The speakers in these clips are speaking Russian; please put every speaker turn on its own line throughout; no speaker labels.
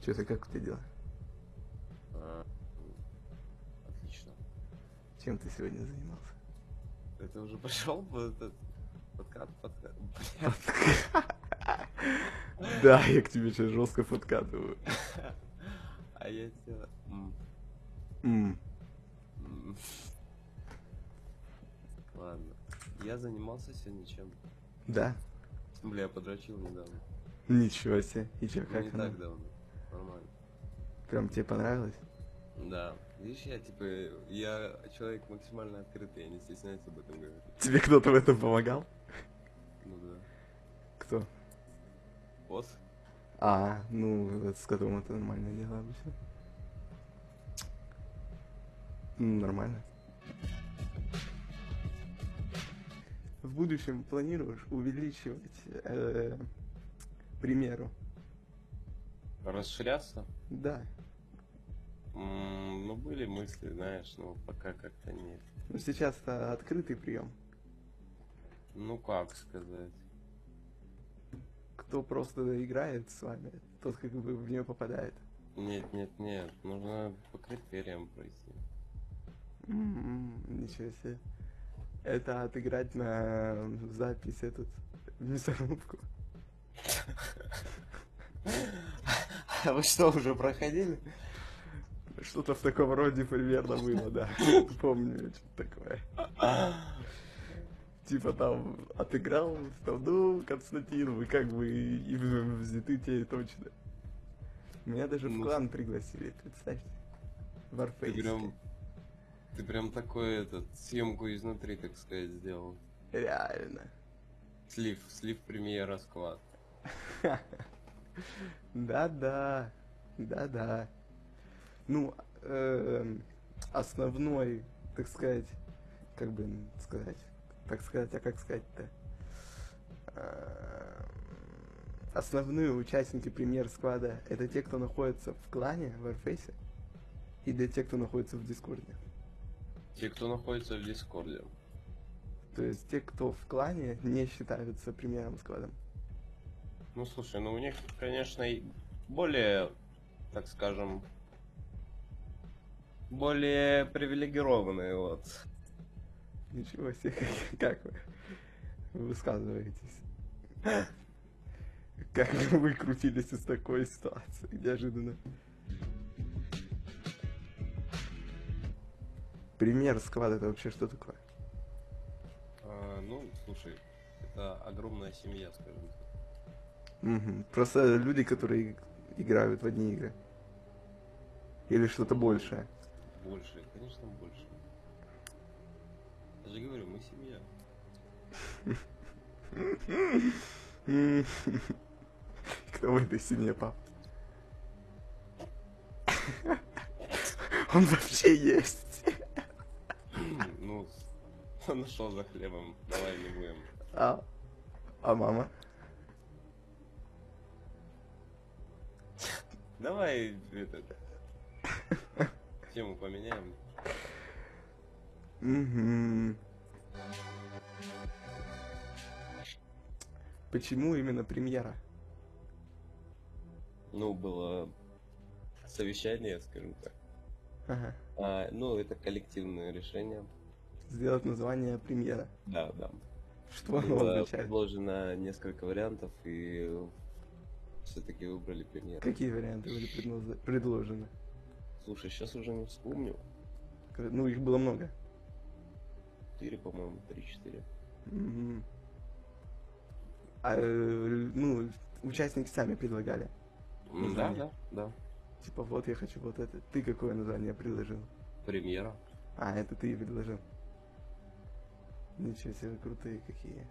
Че ты, как у тебя дела?
А, Отлично.
Чем ты сегодня занимался?
Это уже пошел этот подкат, подкат.
Да, я к тебе сейчас жестко подкатываю.
Бля. А я тебя... М,
М,
м. Ладно. Я занимался сегодня чем?
Да?
Бля, я подрочил недавно.
Ничего себе. И че,
Ну,
как
не
оно?
так давно. Нормально.
Прям тебе понравилось?
Да. Видишь, я типа, я человек максимально открытый, я не стесняюсь об этом говорить.
Тебе кто-то в этом помогал?
Ну да.
Кто?
Босс?
А, ну, это с котом это нормальное дело обычно. Ну, нормально. В будущем планируешь увеличивать, э, к примеру,
Расширяться?
да,
М, Ну, были мысли, знаешь, но пока как-то нет.
Ну, сейчас-то открытый прием.
Ну, как сказать.
Кто просто играет с вами, тот как бы в нее попадает.
Нет, нет, нет, нужно по критериям пройти. М-м-м.
М, Ничего себе. Это отыграть на запись этот мясорубку.
А вы что, уже проходили?
Что-то в таком роде примерно было, да. Помню, что такое.
А,
Типа там отыграл, там, ну, Константин, вы как бы и в- взяты те точно. Меня даже в
Ну.
клан пригласили, представьте.
Ты
Варфейс.
прям... Ты прям такой этот, съемку изнутри, так сказать, сделал.
Реально.
Слив, слив премьер расклад.
Да-да, да-да. Ну, эм, основной, так сказать, как бы м, сказать, так сказать, а как сказать-то? Эм, Основные участники премьер склада это те, кто находится в клане, в Warface, и для тех, кто находится в Дискорде.
Те, кто находится в Дискорде.
То есть те, кто в клане, не считаются премьером складом.
Ну, слушай, ну у них, конечно, и более, так скажем, более привилегированные вот.
Ничего себе, как, как вы высказываетесь. Как же вы крутились из такой ситуации, неожиданно. Пример склада это вообще что такое?
А, ну, слушай, это огромная семья, скажем так.
Мгм. Просто люди, которые играют в одни игры. Или что-то большее.
Больше, конечно, больше. Я же говорю, мы семья.
М. Кто в этой семье, пап? Он вообще есть.
ну, с- он нашел за хлебом, давай не будем.
А, а мама?
Давай это... Тему поменяем.
Мгм. Почему именно премьера?
Ну, было совещание, скажем так.
Ага.
А, ну, это коллективное решение.
Сделать название премьера.
Да, да.
Что оно
Было
означает?
предложено несколько вариантов, и все-таки выбрали премьер.
Какие варианты были предназна- предложены?
Слушай, сейчас уже не вспомню.
Ну, их было много.
Четыре, по-моему, три-четыре.
Мгм. А, э, ну, участники сами предлагали. Ну,
Да,
знание.
да, да.
Типа, вот я хочу вот это. Ты какое название предложил?
Премьера.
А, это ты и предложил. Ничего себе, крутые какие.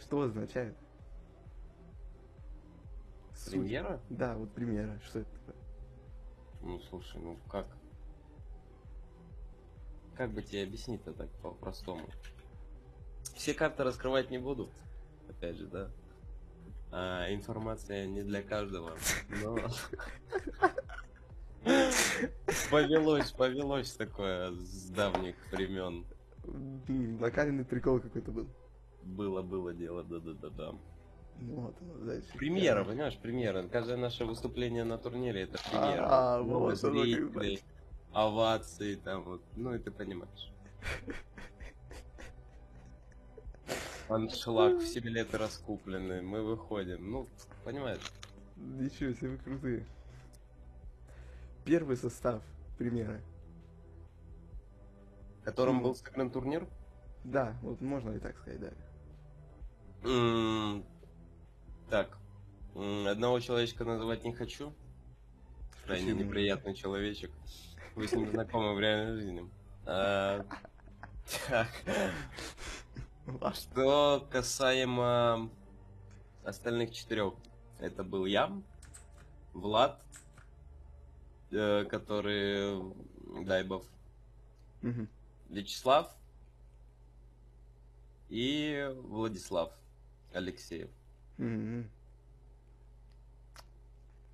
Что означает? Суть.
Премьера?
Да, вот премьера. Что это такое?
Ну слушай, ну как? Как бы тебе объяснить-то так по-простому? Все карты раскрывать не буду, опять же, да. А, информация не для каждого, но... Повелось, повелось такое с давних времен.
М, Локальный прикол какой-то был.
Было-было дело, да-да-да-да.
Ну, вот оно, значит.
Премьера,
я-
понимаешь, премьера. Каждое наше выступление на турнире это премьера.
А,
Ну,
вот оно как,
зрители,
значит.
овации там вот, ну и ты понимаешь. Аншлаг, все билеты раскуплены, мы выходим. Ну, понимаешь,
Ничего себе, вы крутые. Первый состав примеры.
которым
Ну.
был сыгран турнир?
Да, вот можно и так сказать, да.
М, Так, М, одного человечка называть не хочу. Крайне
Почему?
неприятный человечек. Вы с ним знакомы в реальной жизни. А, Так,
Ваш
что касаемо остальных четырех. Это был я, Влад, э, который Дайбов,
Мгм.
Вячеслав и Владислав Алексеев.
Мгм.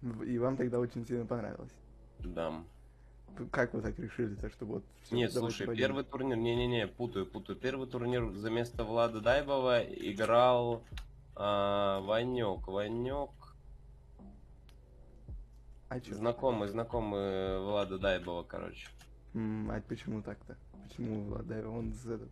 В- И вам тогда очень сильно понравилось.
Да.
П- Как вы так решили, то что вот... всё,
Нет,
давайте
слушай,
пойдём?
первый турнир, не-не-не, путаю, путаю. Первый турнир за место Влада Дайбова играл а, Ванек. Ванек,
А чё?
знакомый, знакомый Влада Дайбова, короче.
М, А почему так-то? Почему Влад- да, он с этот...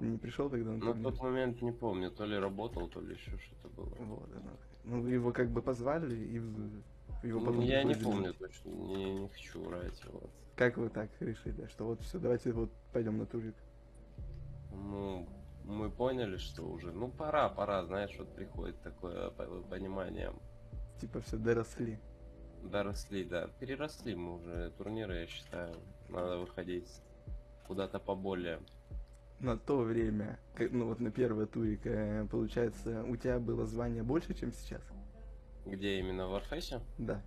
Не пришел тогда на
На
турнир?
Ну, тот момент не помню, то ли работал, то ли еще что-то было.
Вот оно. Ну, его как бы позвали, и в- его
Ну,
потом...
я не
пригласили.
помню точно, не, не хочу врать. Вот.
Как вы так решили, что вот все, давайте вот пойдем на турик?
Ну, мы поняли, что уже, ну, пора, пора, знаешь, вот приходит такое по- понимание.
Типа все, доросли.
Доросли, да. Переросли мы уже турниры, я считаю. Надо выходить куда-то поболее.
На то время, как- ну вот на первый турик, э, получается, у тебя было звание больше, чем сейчас?
Где именно в Warface?
Да.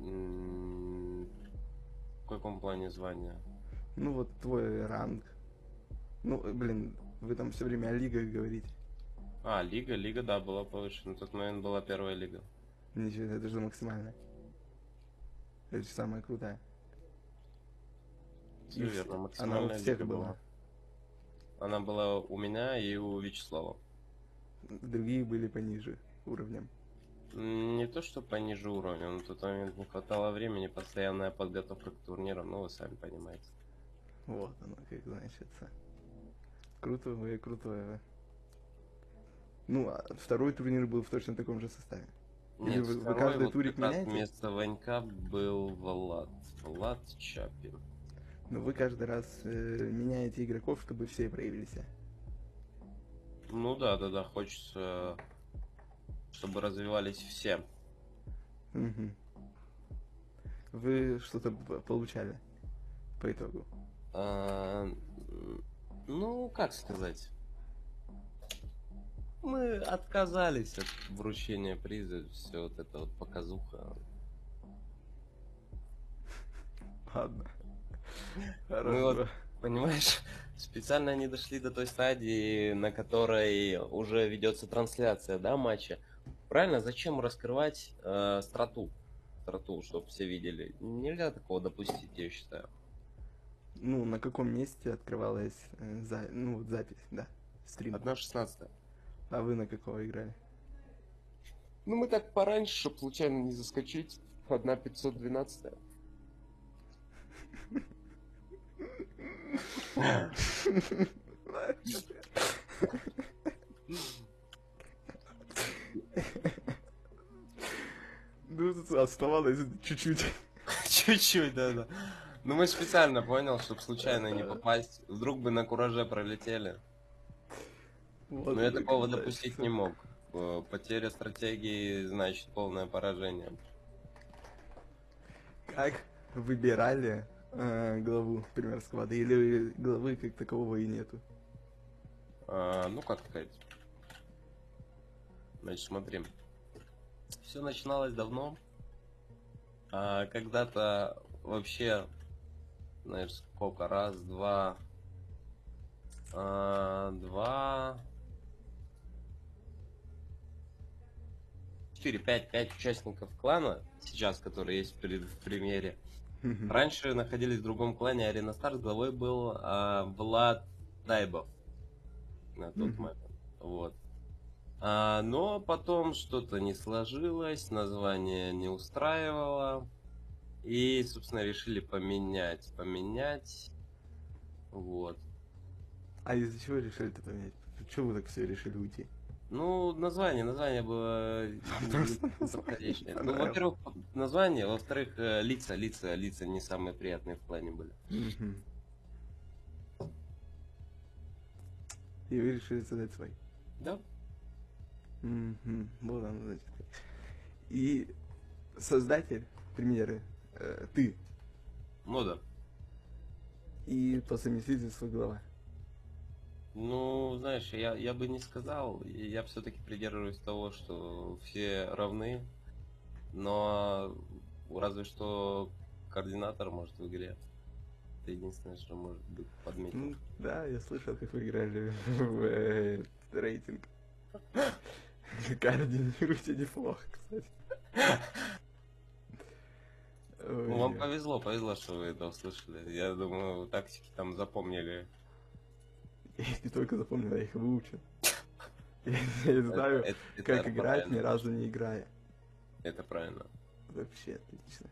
М, М-м-м, В каком плане звания?
Ну вот твой ранг. Ну, э, блин, вы там все время о лигах говорите.
А, лига, лига, да, была повышена. На тот момент была первая лига.
Ничего, это же максимально. Это же самая крутая.
Всё
И
верно,
вс-
максимальная
Она у всех
лига
была.
Она была у меня и у Вячеслава.
Другие были пониже уровнем.
М, Не то, что пониже уровня, на тот момент не хватало времени, постоянная подготовка к турнирам, ну вы сами понимаете.
Вот оно, как значится. Круто вы, круто вы. Ну, а второй турнир был в точно таком же составе. Или вы- вы
второй
каждый
вот
турик
как раз
меняете?
Вместо Ванька был Влад. Влад Чапин.
Но вы каждый раз э, меняете игроков, чтобы все проявились.
Ну да, да, да, хочется, чтобы развивались все.
Мгм. Вы что-то п- получали по итогу?
А, м, ну, как сказать? Мы отказались от вручения приза, все вот это вот показуха.
Ладно.
Ну вот
Хорошо.
Понимаешь, специально они дошли до той стадии, на которой уже ведется трансляция, да, матча. Правильно, зачем раскрывать э, страту? Страту, чтобы все видели. Нельзя такого допустить, я считаю.
Ну, на каком месте открывалась э, за- ну, вот запись, да, стрим?
Одна шестнадцатая.
А вы на какого играли?
Ну, мы так пораньше, чтобы случайно не заскочить. Одна 512.
Ну, тут оставалось чуть-чуть.
Чуть-чуть, да-да. Ну, мы специально понял, чтобы случайно не попасть. Вдруг бы на кураже пролетели.
Вот
Но Ну, я
это
такого
как
допустить
значится.
не мог. Э, Потеря стратегии значит полное поражение.
Как выбирали э, главу пример склада? Или главы как такового и нету?
А, ну, как сказать. Значит, смотри. Все начиналось давно. А, когда-то вообще, знаешь, сколько? Раз, два, а, два, четыре, пять, пять участников клана сейчас, которые есть при- в премьере.
Мгм.
Раньше находились в другом клане Арена Стар, главой был а, Влад Дайбов на тот
Мгм.
момент. Вот. А, но потом что-то не сложилось, название не устраивало. И, собственно, решили поменять, поменять. Вот.
А из-за чего решили-то поменять? Почему вы так все решили уйти?
Ну, название, название было не-
Просто
не подходящее. Ну,
название.
во-первых, название, во-вторых, э, лица, лица, лица не самые приятные в плане были.
Мгм. И вы решили создать свои.
Да?
Мгм. Вот оно, значит. как. И создатель примеры э, ты
Ну да.
и по совместительству глава.
Ну, знаешь, я, я бы не сказал, и я все-таки придерживаюсь того, что все равны, но разве что координатор может в игре. Это единственное, что может быть
Ну,
подметил.
да, я слышал, как вы играли в э, рейтинг. Координируйте неплохо, кстати. Ой,
Ну, вам
я-
повезло, повезло, что вы это услышали. Я думаю, тактики там запомнили.
Я их не только запомнил, я их выучил. Я не знаю,
Э, Это- это-
как
это
играть, ни
правильно.
разу не играя.
Это правильно.
Вообще отлично.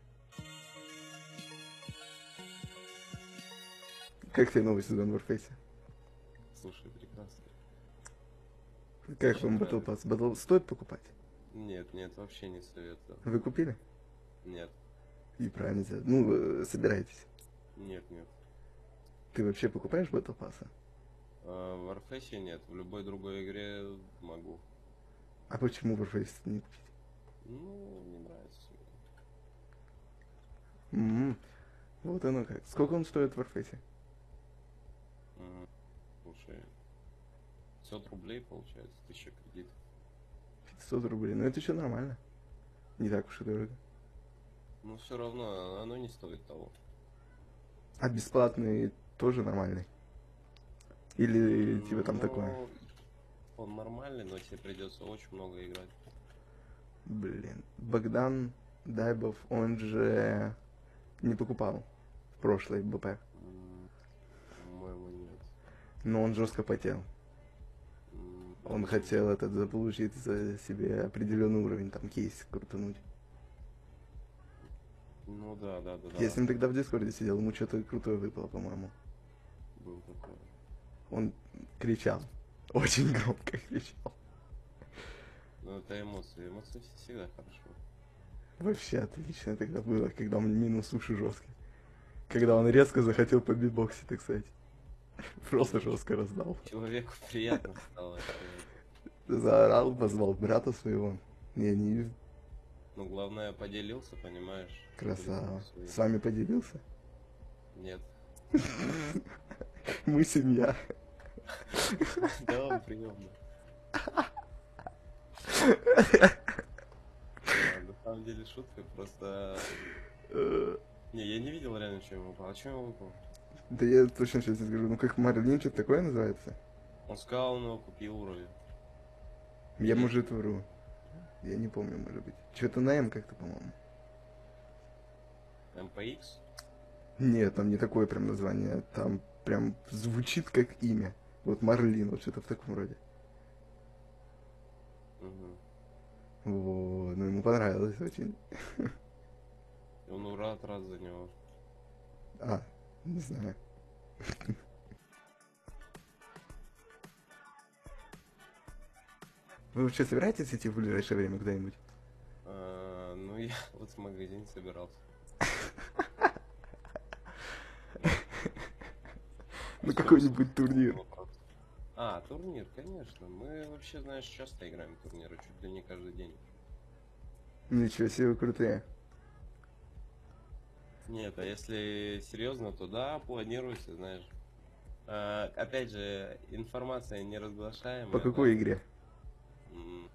Как тебе новый сезон Warface?
Слушай, прекрасно.
Как вам
Нравится.
Battle Pass? Battle стоит покупать?
Нет, нет, вообще не советую.
Вы купили?
Нет,
И правильно сделали. Ну, э, собирайтесь.
нет, нет.
Ты вообще покупаешь Battle Pass?
А, В Warface нет, в любой другой игре могу.
А почему Warface не купить?
Ну, не нравится. мне.
Мгм. М-м. Вот оно как. Сколько он стоит в Warface?
Мгм. Слушай, 500 рублей получается, 1000 кредитов.
500 рублей. Ну это еще нормально. Не так уж и дорого.
Но все Ну, равно оно не стоит того.
А бесплатный тоже нормальный? Или типа там
Ну,
такое?
Он нормальный, но тебе придется очень много играть.
Блин. Богдан Дайбов, он же не покупал в прошлой БП.
М, По-моему, нет.
Но он жестко потел.
М,
Он
по-моему,
хотел этот заполучить за себе определенный уровень, там кейс крутануть.
Ну да, да, да, да.
Я с ним тогда в Дискорде сидел, ему что-то крутое выпало, по-моему.
Был такой.
Он кричал. Очень громко кричал.
Ну это эмоции. Эмоции вс- всегда хорошо.
Вообще отлично тогда было, когда он минус уши жестко. Когда он резко захотел по битбоксе, так сказать. Просто жестко раздал.
Человеку приятно стало. э,
Заорал, позвал брата своего. Я не
Ну главное, поделился, понимаешь?
красава.
Поделился своим.
С вами поделился?
Нет.
Мы семья.
Да, он приемный. Да, На самом деле шутка, просто...
Э,
Не, я не видел реально, чем ему выпал. А чем ему выпал?
Да я точно сейчас не скажу. Ну как Марлин, что такое называется?
Он сказал, он его купил уровень.
Я, может, вру. Я не помню, может быть. Что-то на М как-то, по-моему.
МПХ?
Нет, там не такое прям название. Там прям звучит как имя. Вот Марлин, вот что-то в таком роде.
Мгм.
Вот, ну ему понравилось очень.
И Он рад, рад за него.
А, не знаю. Вы вообще собираетесь идти в ближайшее время куда-нибудь?
А, ну, я вот в магазин собирался.
На какой-нибудь турнир?
А, турнир, конечно. Мы вообще, знаешь, часто играем в турниры, чуть ли не каждый день.
Ничего себе, вы крутые.
Нет, а если серьезно, то да, планируется, знаешь. А, опять же, информация не разглашаемая.
По какой игре?
да. М,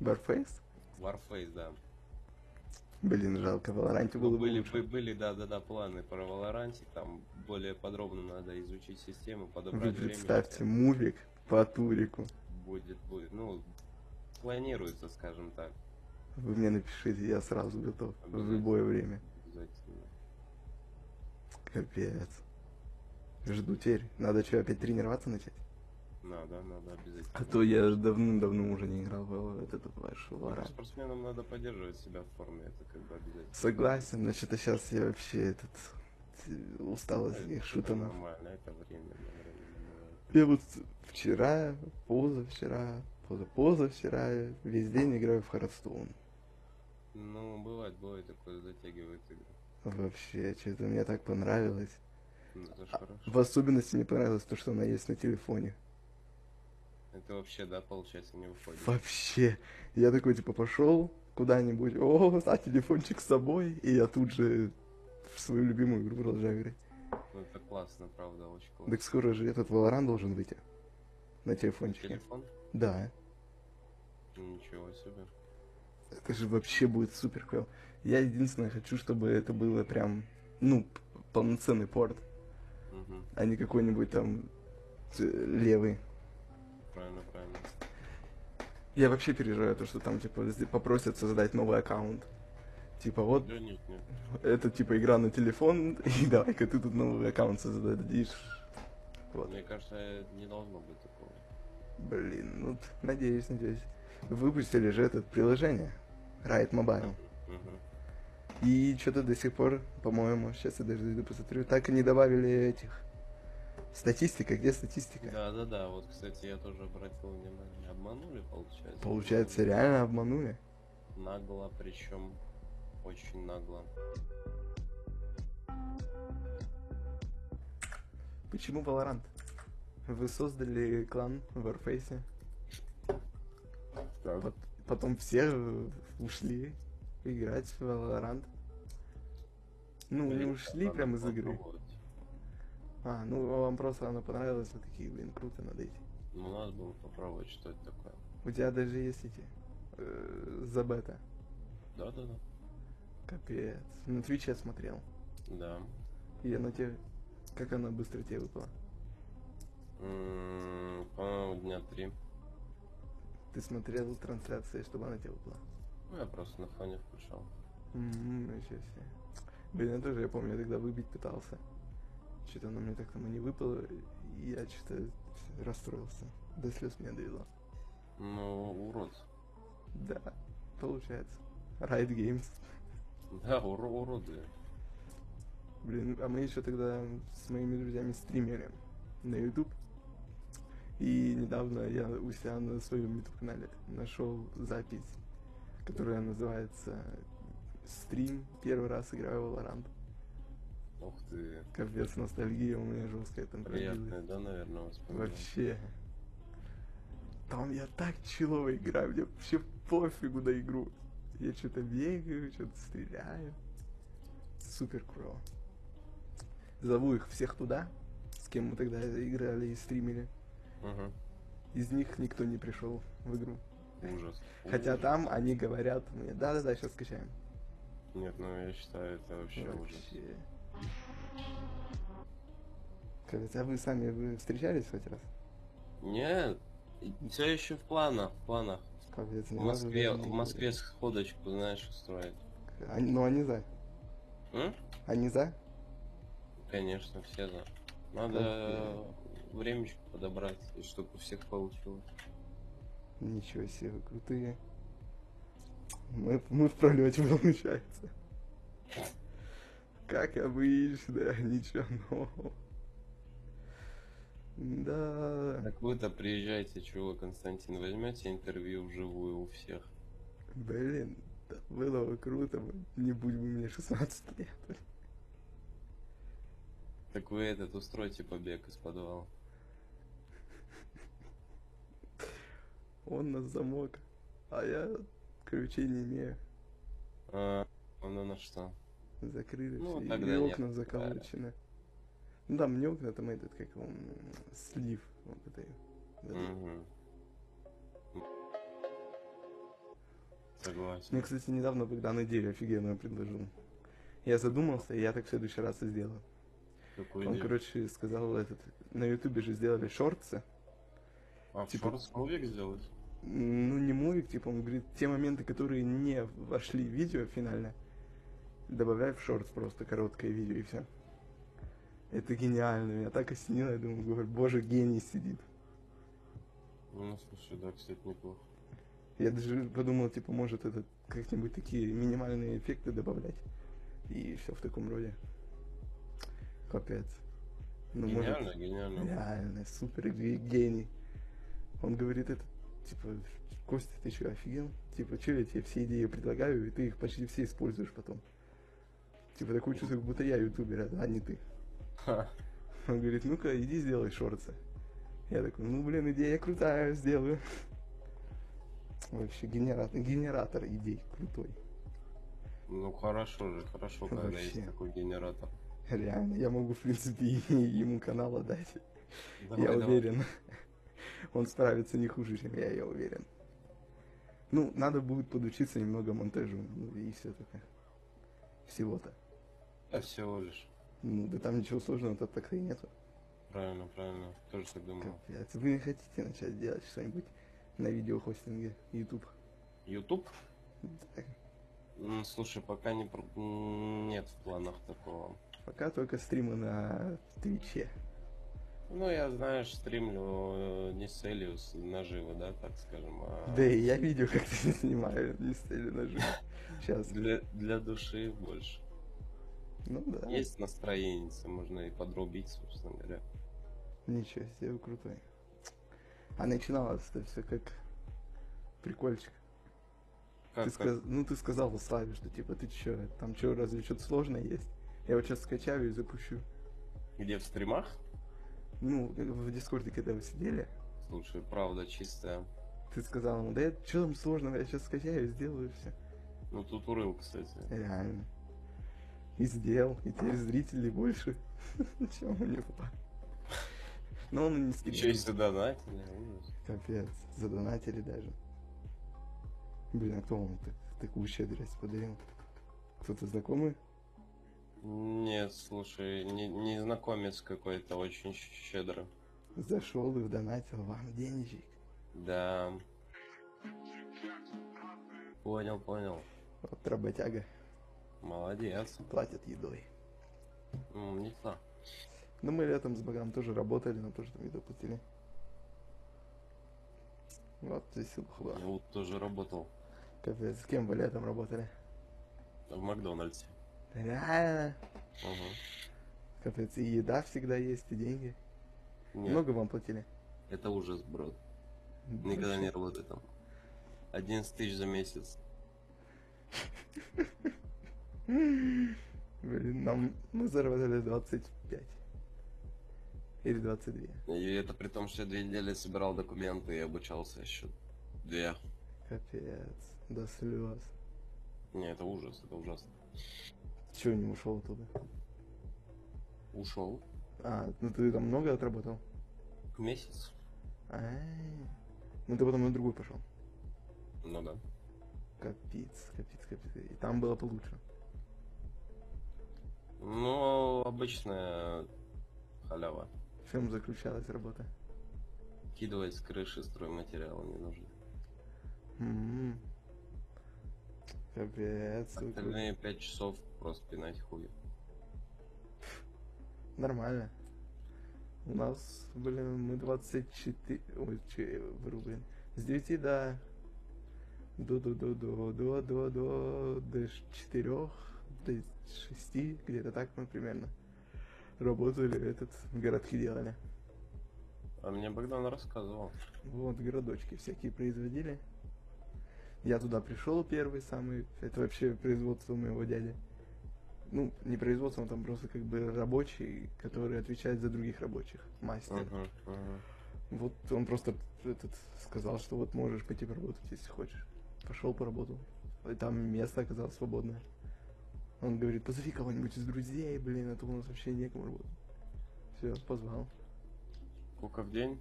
Барфейс?
Warface, да.
Блин, жалко, в Валоранте
Ну,
было бы
были,
лучше.
бы- были, да, да, да, планы про Valorant, там более подробно надо изучить систему,
Вы
подобрать время.
представьте, мувик по турику.
Будет, будет, ну, планируется, скажем так,
Вы мне напишите, я сразу готов. В
Обязательно.
любое время.
обязательно.
Капец. Жду теперь. Надо что, опять тренироваться начать?
Надо, надо обязательно.
А то я ж давным-давно уже не играл в этот вашего
Ну,
вара.
Спортсменам надо поддерживать себя в форме, это как бы обязательно.
Согласен, но что-то сейчас я вообще этот э, устал от
Это
этих шутанов.
нормально, это временно, временно. бывает.
Я вот вчера, позавчера, позапозавчера весь день играю в Hearthstone.
Ну, бывает, бывает такое, затягивает игру.
Вообще, что-то мне так понравилось.
Ну, это ж
А,
хорошо.
В особенности мне понравилось то, что она есть на телефоне.
Это вообще, да, получается, не выходит.
Вообще. Я такой, типа, пошел куда-нибудь, о, а телефончик с собой, и я тут же в свою любимую игру продолжаю играть.
Ну, это классно, правда, очень классно.
Так скоро же этот Valorant должен выйти на телефончике.
Телефон?
Да,
Ничего себе.
это же вообще будет супер клево. Я единственное хочу, чтобы это было прям, ну, п- полноценный порт,
Мгм,
а не какой-нибудь там э, левый.
правильно, правильно.
Я вообще переживаю то, что там, типа, з- попросят создать новый аккаунт. Типа, вот,
Да нет, нет.
это, типа, игра на телефон, и давай-ка ты тут новый аккаунт создадишь. Вот.
Мне кажется, э, не должно быть такого.
Блин, ну, т- надеюсь, надеюсь. Выпустили же это приложение. Riot Mobile.
Мгм.
И что-то до сих пор, по-моему, сейчас я даже зайду посмотрю, так и не добавили этих. Статистика, где статистика?
Да, да, да. Вот, кстати, я тоже обратил внимание. Обманули, получается.
Получается, реально обманули?
Нагло, причем очень нагло.
Почему Valorant? Вы создали клан в Warface, пот- потом все э, ушли играть в Valorant. Ну, не
Блин,
ушли
надо
прям из игры.
попробовать.
А, ну вам просто она понравилась, вы такие, блин, круто, надо идти.
Ну, надо было попробовать, что это такое.
У тебя даже есть эти э, за бета.
Да-да-да.
Капец. На Твиче я смотрел.
Да.
И она тебе... Как она быстро тебе выпала?
М, По-моему, дня три.
Ты смотрел трансляции, чтобы она тебе выпала?
Ну, я просто на фоне включал.
М, ничего себе. Блин, я тоже, я помню, я тогда выбить пытался. Что-то оно мне так там и не выпало, и я что-то расстроился. До слез меня довело.
Ну, урод.
Да, получается. Riot Games.
Да, уро- уроды.
Блин, а мы еще тогда с моими друзьями стримили на YouTube. И недавно я у себя на своем YouTube-канале нашел запись, которая называется «Стрим. Первый раз играю в Valorant».
Ух ты.
Капец, ностальгия у меня жесткая там
Приятные,
пробилась.
да, наверное, воспоминания.
Вообще. Там я так челово играю, мне вообще пофигу на игру. Я что-то бегаю, что-то стреляю. Супер круто. Зову их всех туда, с кем мы тогда играли и стримили.
Мгм.
Из них никто не пришел в игру.
Ужас.
Хотя
Ужас.
там они говорят мне, да-да-да, сейчас скачаем.
Нет, ну я считаю, это вообще ужас.
Вообще. Капец, а вы сами вы встречались хоть раз?
Нет, все еще в планах, в планах.
Капец,
В
ни разу
Москве,
даже не
в
видел.
Москве сходочку, знаешь, устроить.
Они- ну они за.
М?
Они за?
Конечно, все за. Надо времечко подобрать, и чтобы у всех получилось.
Ничего себе, вы крутые. Мы, мы в пролете, получается. Как обычно, ничего нового. Да,
Так вы-то приезжайте, чего, Константин, возьмете интервью вживую у всех.
блин, да было бы круто, бы, не будь бы мне 16 лет.
Так вы этот устройте побег из подвала.
Он нас замок, а я ключей не имею.
А, ну на что?
Закрыли
Ну,
все,
тогда
и
нет,
окна
да.
заколочены. Ну, там не окна, там этот, как его, м, слив. Вот это. да.
Мгм. Согласен.
Мне, кстати, недавно Богдан идею офигенную предложил. Я задумался, и я так в следующий раз и сделаю.
Какую
Он,
идею?
короче, сказал этот... На ютубе же сделали шорты.
А,
типа-
типа... мувик сделать?
Ну, не мой, типа, он говорит, те моменты, которые не вошли в видео финально, добавляй в шортс просто короткое видео, и все. Это гениально, меня так осенило, я думаю, говорю, боже, гений сидит.
Ну, слушай, да, кстати, неплохо.
Я даже подумал, типа, может это как-нибудь такие минимальные эффекты добавлять. И все в таком роде. Капец. Ну,
гениально,
может,
гениально.
реально, супер ге- гений. Он говорит это, типа, Костя, ты что, офигел? Типа, че я тебе все идеи предлагаю, и ты их почти все используешь потом. Типа, такое чувство, как будто я ютубер, а не ты.
Ха.
Он говорит, ну-ка, иди сделай шорты. Я такой, ну, блин, идея крутая, сделаю. Вообще генератор, генератор идей крутой.
Ну, хорошо же, хорошо, когда
Вообще.
есть такой генератор.
Реально, я могу, в принципе, и ему канал отдать.
Давай,
я
давай.
уверен. Он справится не хуже, чем я, я уверен. Ну, надо будет подучиться немного монтажу ну, и все такое. Всего-то.
Да, всего лишь.
Ну, да там ничего сложного-то так-то и нету.
Правильно, правильно. Тоже так думал.
Капец. Вы не хотите начать делать что-нибудь на видеохостинге YouTube? Ну,
Ютуб?
Так,
М, Ну, Слушай, пока не пр- м, нет в планах такого.
Пока только стримы на Твиче.
Ну, я, знаешь, стримлю э, не с целью с- наживы, да, так скажем, а
Да и я видео как ты снимаю, не стали нажимать. Сейчас.
для, для души больше.
Ну да.
Есть настроение, можно и подрубить, собственно говоря.
Ничего себе, вы крутой. А начиналось это все как прикольчик.
Как,
ты
как?
сказ- Ну ты сказал в Славе, что типа ты че, там че, разве что-то сложное есть? Я вот сейчас скачаю и запущу.
Где в стримах?
Ну, в Дискорде, когда вы сидели,
Слушай, правда чистая.
ты сказал ему, да что там сложного, я сейчас скачаю и сделаю все.
Ну, тут урыл, кстати.
Э, Реально. И сделал, и теперь зрителей больше, чем у него. Но он не
Еще и
скидывает.
задонатили, ужас.
Капец, задонатили даже. Блин, а кто вам так- такую щедрость подарил? Кто-то знакомый?
Нет, слушай, не, незнакомец какой-то очень щ- щедро.
Зашел и донатил вам денежек.
Да. Понял, понял.
Вот работяга
Молодец.
платят едой.
Умница.
Но мы летом с богам тоже работали, но тоже там еду платили. Вот веселуха была.
Я вот тоже работал
Капец, с кем вы летом работали?
в Макдональдсе.
Реально.
Ага.
Капец, и еда всегда есть, и деньги.
Нет,
Много вам платили?
это ужас, бро. Никогда не работай там. 11 тысяч за месяц.
Блин, нам мы заработали 25. Или 22.
И это при том, что я две недели собирал документы и обучался еще. Две.
Капец, до слез.
Не, это ужас, это ужасно.
Чего не ушел оттуда?
Ушел.
А, ну ты там много отработал?
Месяц.
А, ну ты потом на другой пошел.
Ну да.
Капец, капец, капец. И там было получше.
Ну, обычная халява.
В чем заключалась работа?
Кидывать с крыши стройматериалы не нужно.
М. М-м. Капец, вы кру-
Остальные пять часов просто пинать хуй.
нормально. У нас, блин, мы 24... Ой, че, я вру, блин. С 9 до... До, до, до, до, до, до, до, до 4, до 6, где-то так мы примерно работали, этот, городки делали.
А мне Богдан рассказывал.
Вот, городочки всякие производили. Я туда пришел первый самый. Это вообще производство моего дяди. Ну, не производство, он там просто как бы рабочий, который отвечает за других рабочих. Мастер.
Ага, ага.
Вот он просто этот сказал, что вот можешь пойти поработать, если хочешь. Пошел поработал. И там место оказалось свободное. Он говорит, позови кого-нибудь из друзей, блин, а то у нас вообще некому работать. Все, позвал.
Сколько в день?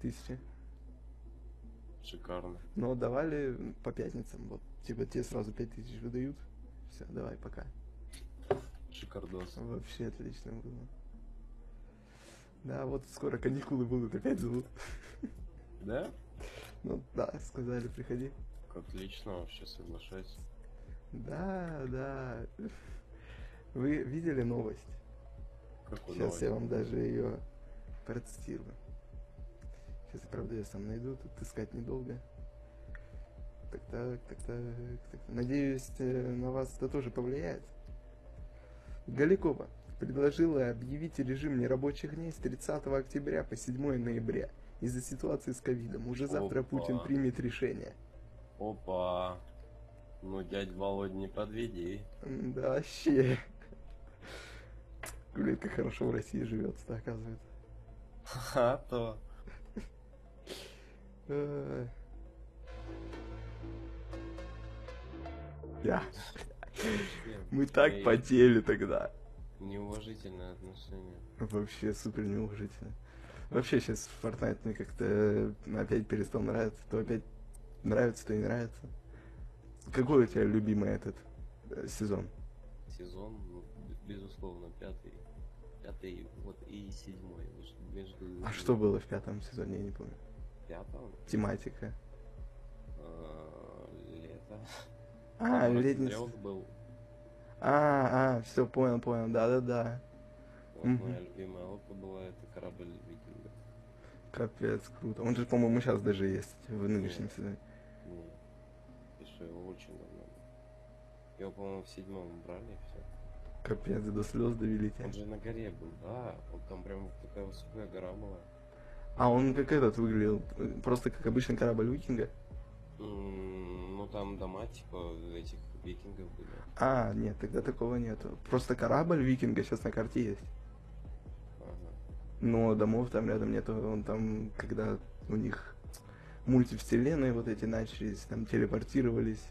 Тысячи.
Шикарно.
Но давали по пятницам, вот, типа, тебе сразу пять тысяч выдают. Все, давай, пока.
Шикардос.
Вообще отлично было. Да, вот скоро каникулы будут, опять зовут.
Да?
Ну да, сказали, приходи.
Отлично, вообще соглашаюсь.
Да, да. Вы видели новость?
Какой
Сейчас я
новый?
вам даже ее процитирую. Если, правда, ее сам найдут, тут искать недолго. Так так, так так, так. Надеюсь, э, на вас это тоже повлияет. Галикова предложила объявить режим нерабочих дней с 30 октября по 7 ноября из-за ситуации с ковидом. Уже завтра
Опа.
Путин примет решение.
Опа. Ну, дядь Володь, не подведи.
Да вообще. Блин, как хорошо в России живется-то, оказывается.
А то.
Э. Я. Мы так
Эй.
потели тогда.
Неуважительное отношение.
Вообще супер неуважительно. Вообще сейчас Fortnite мне как-то э, опять перестал нравиться, то опять нравится, то не нравится. Какой у тебя любимый этот э, сезон?
Сезон, ну, б- безусловно, пятый. Пятый, вот и седьмой. Между- Между
А что было в пятом сезоне, я не помню.
пятым?
Тематика.
э, Лето.
А,
Вроде
летний. с-
трёх был.
А, а, все, понял, понял, да-да-да.
Вот
Мгм.
моя любимая лодка была, это корабль викингов.
Капец, круто. Он же, по-моему, сейчас даже есть в нынешнем сезоне.
Не. Ну, И что его очень давно. было. Его, по-моему, в седьмом брали и все.
Капец, до слез довели тебя.
Он же на горе был, да. Вот там прям такая высокая гора была.
А он как этот выглядел, э, просто как обычный корабль викинга?
М, Ну там дома типа этих викингов были.
А, нет, тогда такого нету. Просто корабль викинга сейчас на карте есть.
Ага.
Но домов там рядом нету. Он там, когда у них мультивселенные вот эти начались, там телепортировались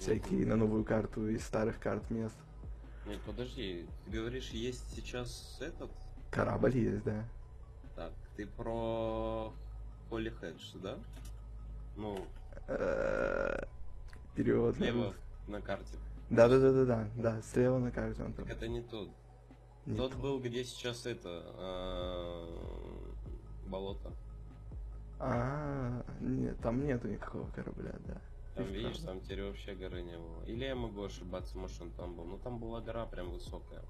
всякие на новую карту из старых карт мест.
Нет, подожди, ты говоришь, есть сейчас этот?
Корабль есть, да.
Так, ты про Холли Хедж, да? Ну,
Э, Перевод. на
слева
русский.
на карте.
Да-да-да-да-да, да, слева на карте он там.
Так это не тот.
Не
тот
то.
был, где сейчас это а, болото.
А, нет, там нету никакого корабля, да.
Там
И
видишь,
правда.
там теперь вообще горы не было. Или я могу ошибаться, может он там был. Но там была гора прям высокая.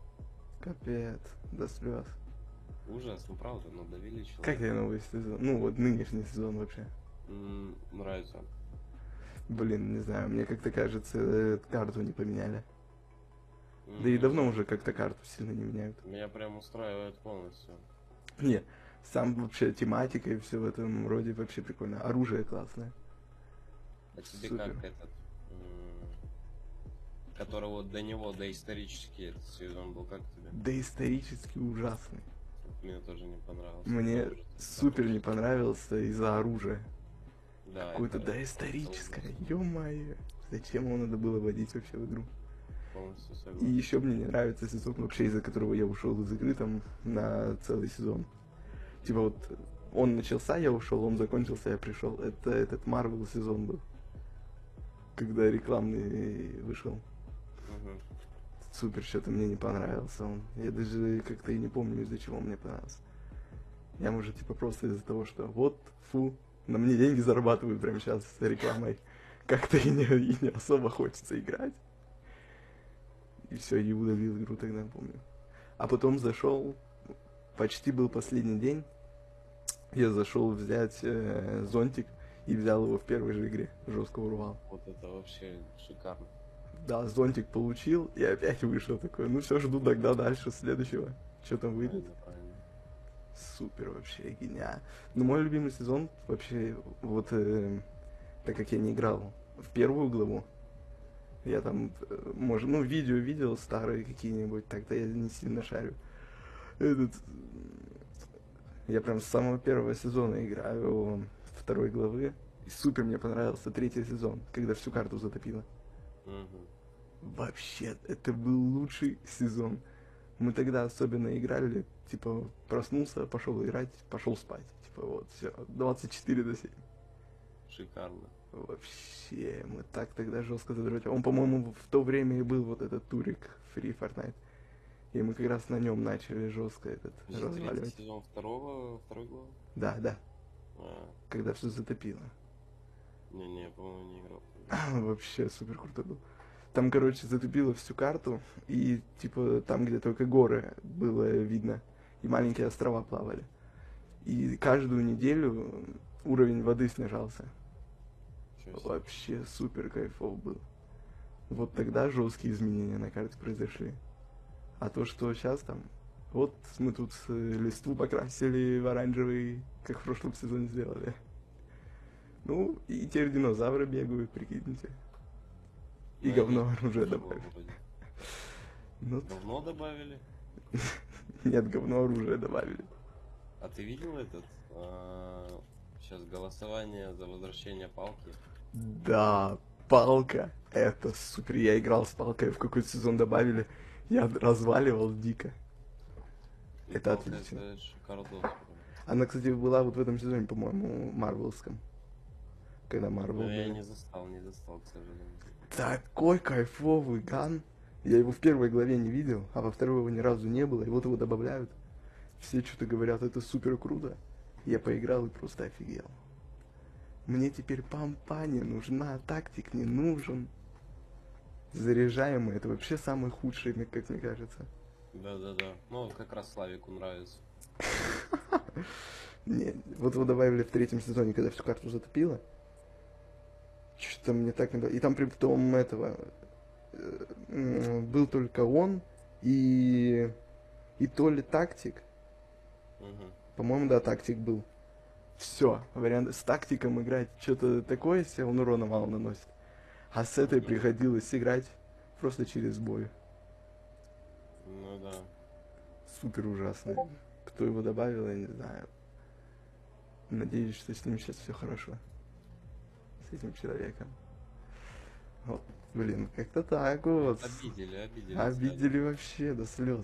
Капец, до слез.
Ужас, ну правда, но довели человека.
Как тебе новый сезон? Ну, вот нынешний сезон вообще.
М, Нравится.
Блин, не знаю, мне как-то кажется, э, карту не поменяли. Да и давно уже как-то карту сильно не меняют.
Меня прям устраивает полностью.
Не, сам вообще тематика и все в этом роде вообще прикольно. Оружие классное.
А тебе
Супер.
как этот? м, Который вот до него, доисторический этот сезон был, как тебе?
Да исторически ужасный.
Мне тоже не понравился.
Мне
Тоже такой.
супер не понравился из-за оружия.
Да,
Какое-то
это
доисторическое. Ё-моё. Зачем его надо было вводить вообще в игру?
полностью
И
согласен.
еще мне не нравится сезон вообще, из-за которого я ушел из игры там на целый сезон. Типа вот он начался, я ушел, он закончился, я пришел. Это этот Марвел сезон был. Когда рекламный вышел.
Мгм.
Супер, что-то мне не понравился он. Я даже как-то и не помню, из-за чего он мне понравился. Я, может, типа просто из-за того, что вот, фу, на мне деньги зарабатывают прямо сейчас с рекламой. Как-то и не, и не особо хочется играть. И все, и удалил игру тогда, помню. А потом зашел, почти был последний день. Я зашел взять э, зонтик и взял его в первой же игре. Жестко урвал.
Вот это вообще шикарно.
Да, зонтик получил, и опять вышел такой. Ну все, жду тогда дальше следующего. Что там выйдет?
Правильно, правильно.
Супер вообще, гениально. Но мой любимый сезон вообще, вот э, так как я не играл в первую главу, я там, э, может, ну, видео видел старые какие-нибудь, так-то я не сильно шарю. Этот, м, я прям с самого первого сезона играю второй главы, и супер мне понравился третий сезон, когда всю карту затопило.
Мгм.
Вообще, это был лучший сезон. Мы тогда особенно играли, типа, проснулся, пошел играть, пошел спать. Типа, вот, все, 24 до 7.
Шикарно.
Вообще, мы так тогда жестко задротили. Он, по-моему, в то время и был вот этот турик Free Fortnite. И мы как раз на нем начали жестко этот
Здесь Третий
разваливать.
сезон второго, второй главы?
Да, да,
А,
когда все затопило.
не-не, я, по-моему, не играл.
Вообще супер круто был. Там, короче, затупило всю карту, и типа там, где только горы было видно, и маленькие острова плавали. И каждую неделю уровень воды снижался.
Чё себе.
Вообще супер кайфов был. Вот тогда жесткие изменения на карте произошли. А то, что сейчас там... Вот мы тут с, э, листву покрасили в оранжевый, как в прошлом сезоне сделали. Ну, и теперь динозавры бегают, прикиньте. И
Да,
говно
нет,
оружие
ничего
добавили.
вроде.
Ну,
Говно добавили?
нет, говно оружие добавили.
А ты видел этот? а, Сейчас голосование за возвращение палки.
Да, палка. Это супер. Я играл с палкой, в какой-то сезон добавили. Я разваливал дико.
И
Это
палка
отлично.
Это шикардос прям.
Она, кстати, была вот в этом сезоне, по-моему, Марвелском. Когда Марвел
Ну, я
был.
не застал, не застал, к сожалению.
Такой кайфовый ган. Я его в первой главе не видел, а во второй его ни разу не было. И вот его добавляют. Все что-то говорят, это супер круто. Я поиграл и просто офигел. Мне теперь помпа не нужна, тактик не нужен. Заряжаемый это вообще самый худший, мне- как мне кажется.
Да-да-да. Ну, как раз Славику нравится.
Не, вот его добавили в третьем сезоне, когда всю карту затопило. Что-то мне так не понравилось. И там при том этого э, м, был только он и и то ли тактик,
Мгм.
по-моему, да, тактик был. Все, вариант с тактиком играть что-то такое, если он урона мало наносит. А с этой приходилось играть просто через бой.
Ну да.
Супер ужасно. Кто его добавил, я не знаю. Надеюсь, что с ним сейчас все хорошо. С этим человеком. Вот, блин, как-то так вот.
Обидели, обидели. Славика.
Обидели вообще до слез.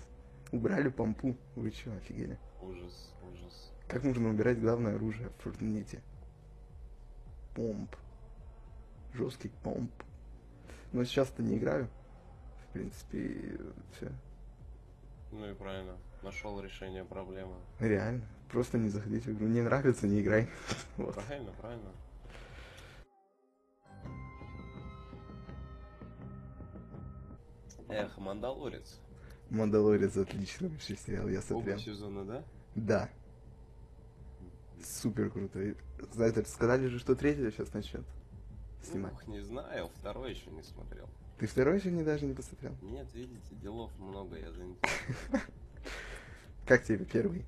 Убрали помпу. Вы че, офигели?
Ужас, ужас.
Как можно убирать главное оружие в Фортнете? Помп. Жесткий помп. Но сейчас-то не играю. В принципе, все.
Ну и правильно. Нашел решение проблемы.
Реально. Просто не заходите в игру. Не нравится, не играй. Вот.
Правильно, правильно. Эх, Мандалорец.
Мандалорец отличный вообще сериал, я
Оба
смотрел.
сезона, да?
Да. Супер круто. И, Знаете, сказали же, что третий сейчас начнет снимать.
Ух, не знаю, второй еще не смотрел.
Ты второй еще не даже не посмотрел?
Нет, видите, делов много, я занят.
Как тебе первый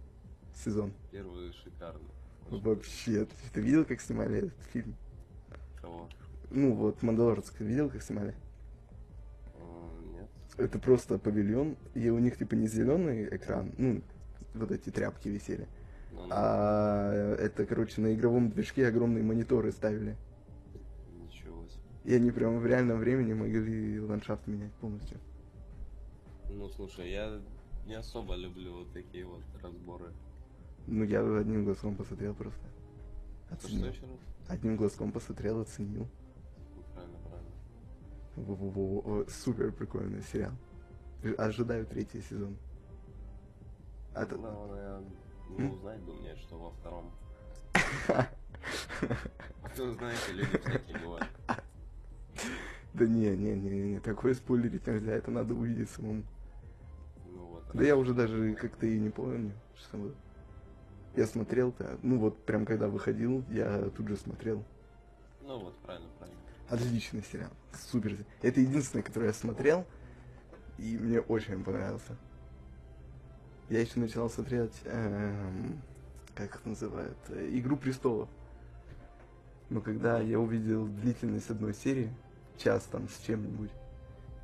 сезон?
Первый шикарный. Очень
Вообще, ты, ты видел, как снимали этот фильм?
Кого?
Ну вот, Мандалорец, ты видел, как снимали?
М, Нет.
Это просто павильон, и у них типа не зеленый экран, ну, вот эти тряпки висели,
Ну,
а это, короче, на игровом движке огромные мониторы ставили.
Ничего себе.
И они прям в реальном времени могли ландшафт менять полностью.
Ну слушай, я не особо люблю вот такие вот разборы.
Ну, я одним глазком посмотрел просто.
Ты что
Оценил.
еще раз?
Одним глазком посмотрел, оценил.
Ну, Правильно, правильно.
Во-во-во, супер прикольный сериал. Ж- Ожидаю третий сезон. А то-
Главное, ну, узнать бы мне, что во втором. А то, знаете, люди всякие бывают.
Да не, не, не, не, не, такое спойлерить нельзя, это надо увидеть самому.
Ну вот.
Да я уже даже как-то и не помню, что там было. Я смотрел-то, ну вот прям когда выходил, я тут же смотрел.
Ну вот, правильно, правильно.
Отличный сериал, супер. Это единственный, который я смотрел, и мне очень понравился. Я еще начинал смотреть, эм, как их называют, э, «Игру престолов». Но когда я увидел длительность одной серии, час там с чем-нибудь,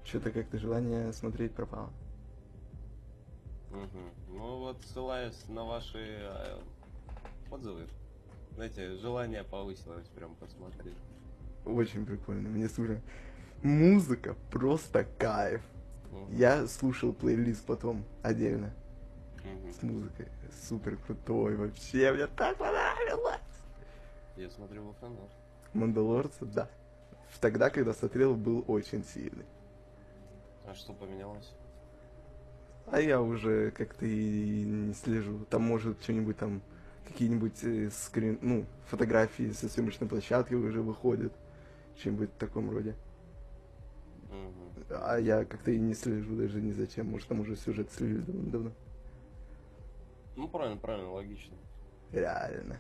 что-то как-то желание смотреть пропало.
Мгм. Ну вот, ссылаюсь на ваши э, отзывы. Знаете, желание повысилось прям посмотреть.
Очень прикольно, мне супер. Музыка просто кайф.
Мгм.
Я слушал плейлист потом отдельно.
Мгм.
с музыкой. Супер крутой вообще, мне так понравилось.
Я смотрю во фанат.
Мандалорца, да. В- Тогда, когда смотрел, был очень сильный.
А что поменялось?
А я уже как-то и не слежу. Там может что-нибудь там, какие-нибудь э, скрин, ну, фотографии со съемочной площадки уже выходят. Чем-нибудь в таком роде.
Мгм.
А я как-то и не слежу даже ни зачем. Может, там уже сюжет слили давно-давно.
Ну правильно, правильно, логично.
Реально.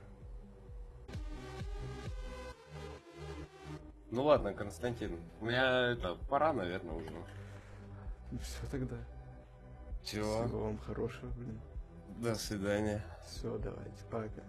Ну ладно, Константин, у меня это, пора, наверное, уже.
Ну все тогда. Всего вам хорошего, блин.
До свидания.
Все, давайте, пока.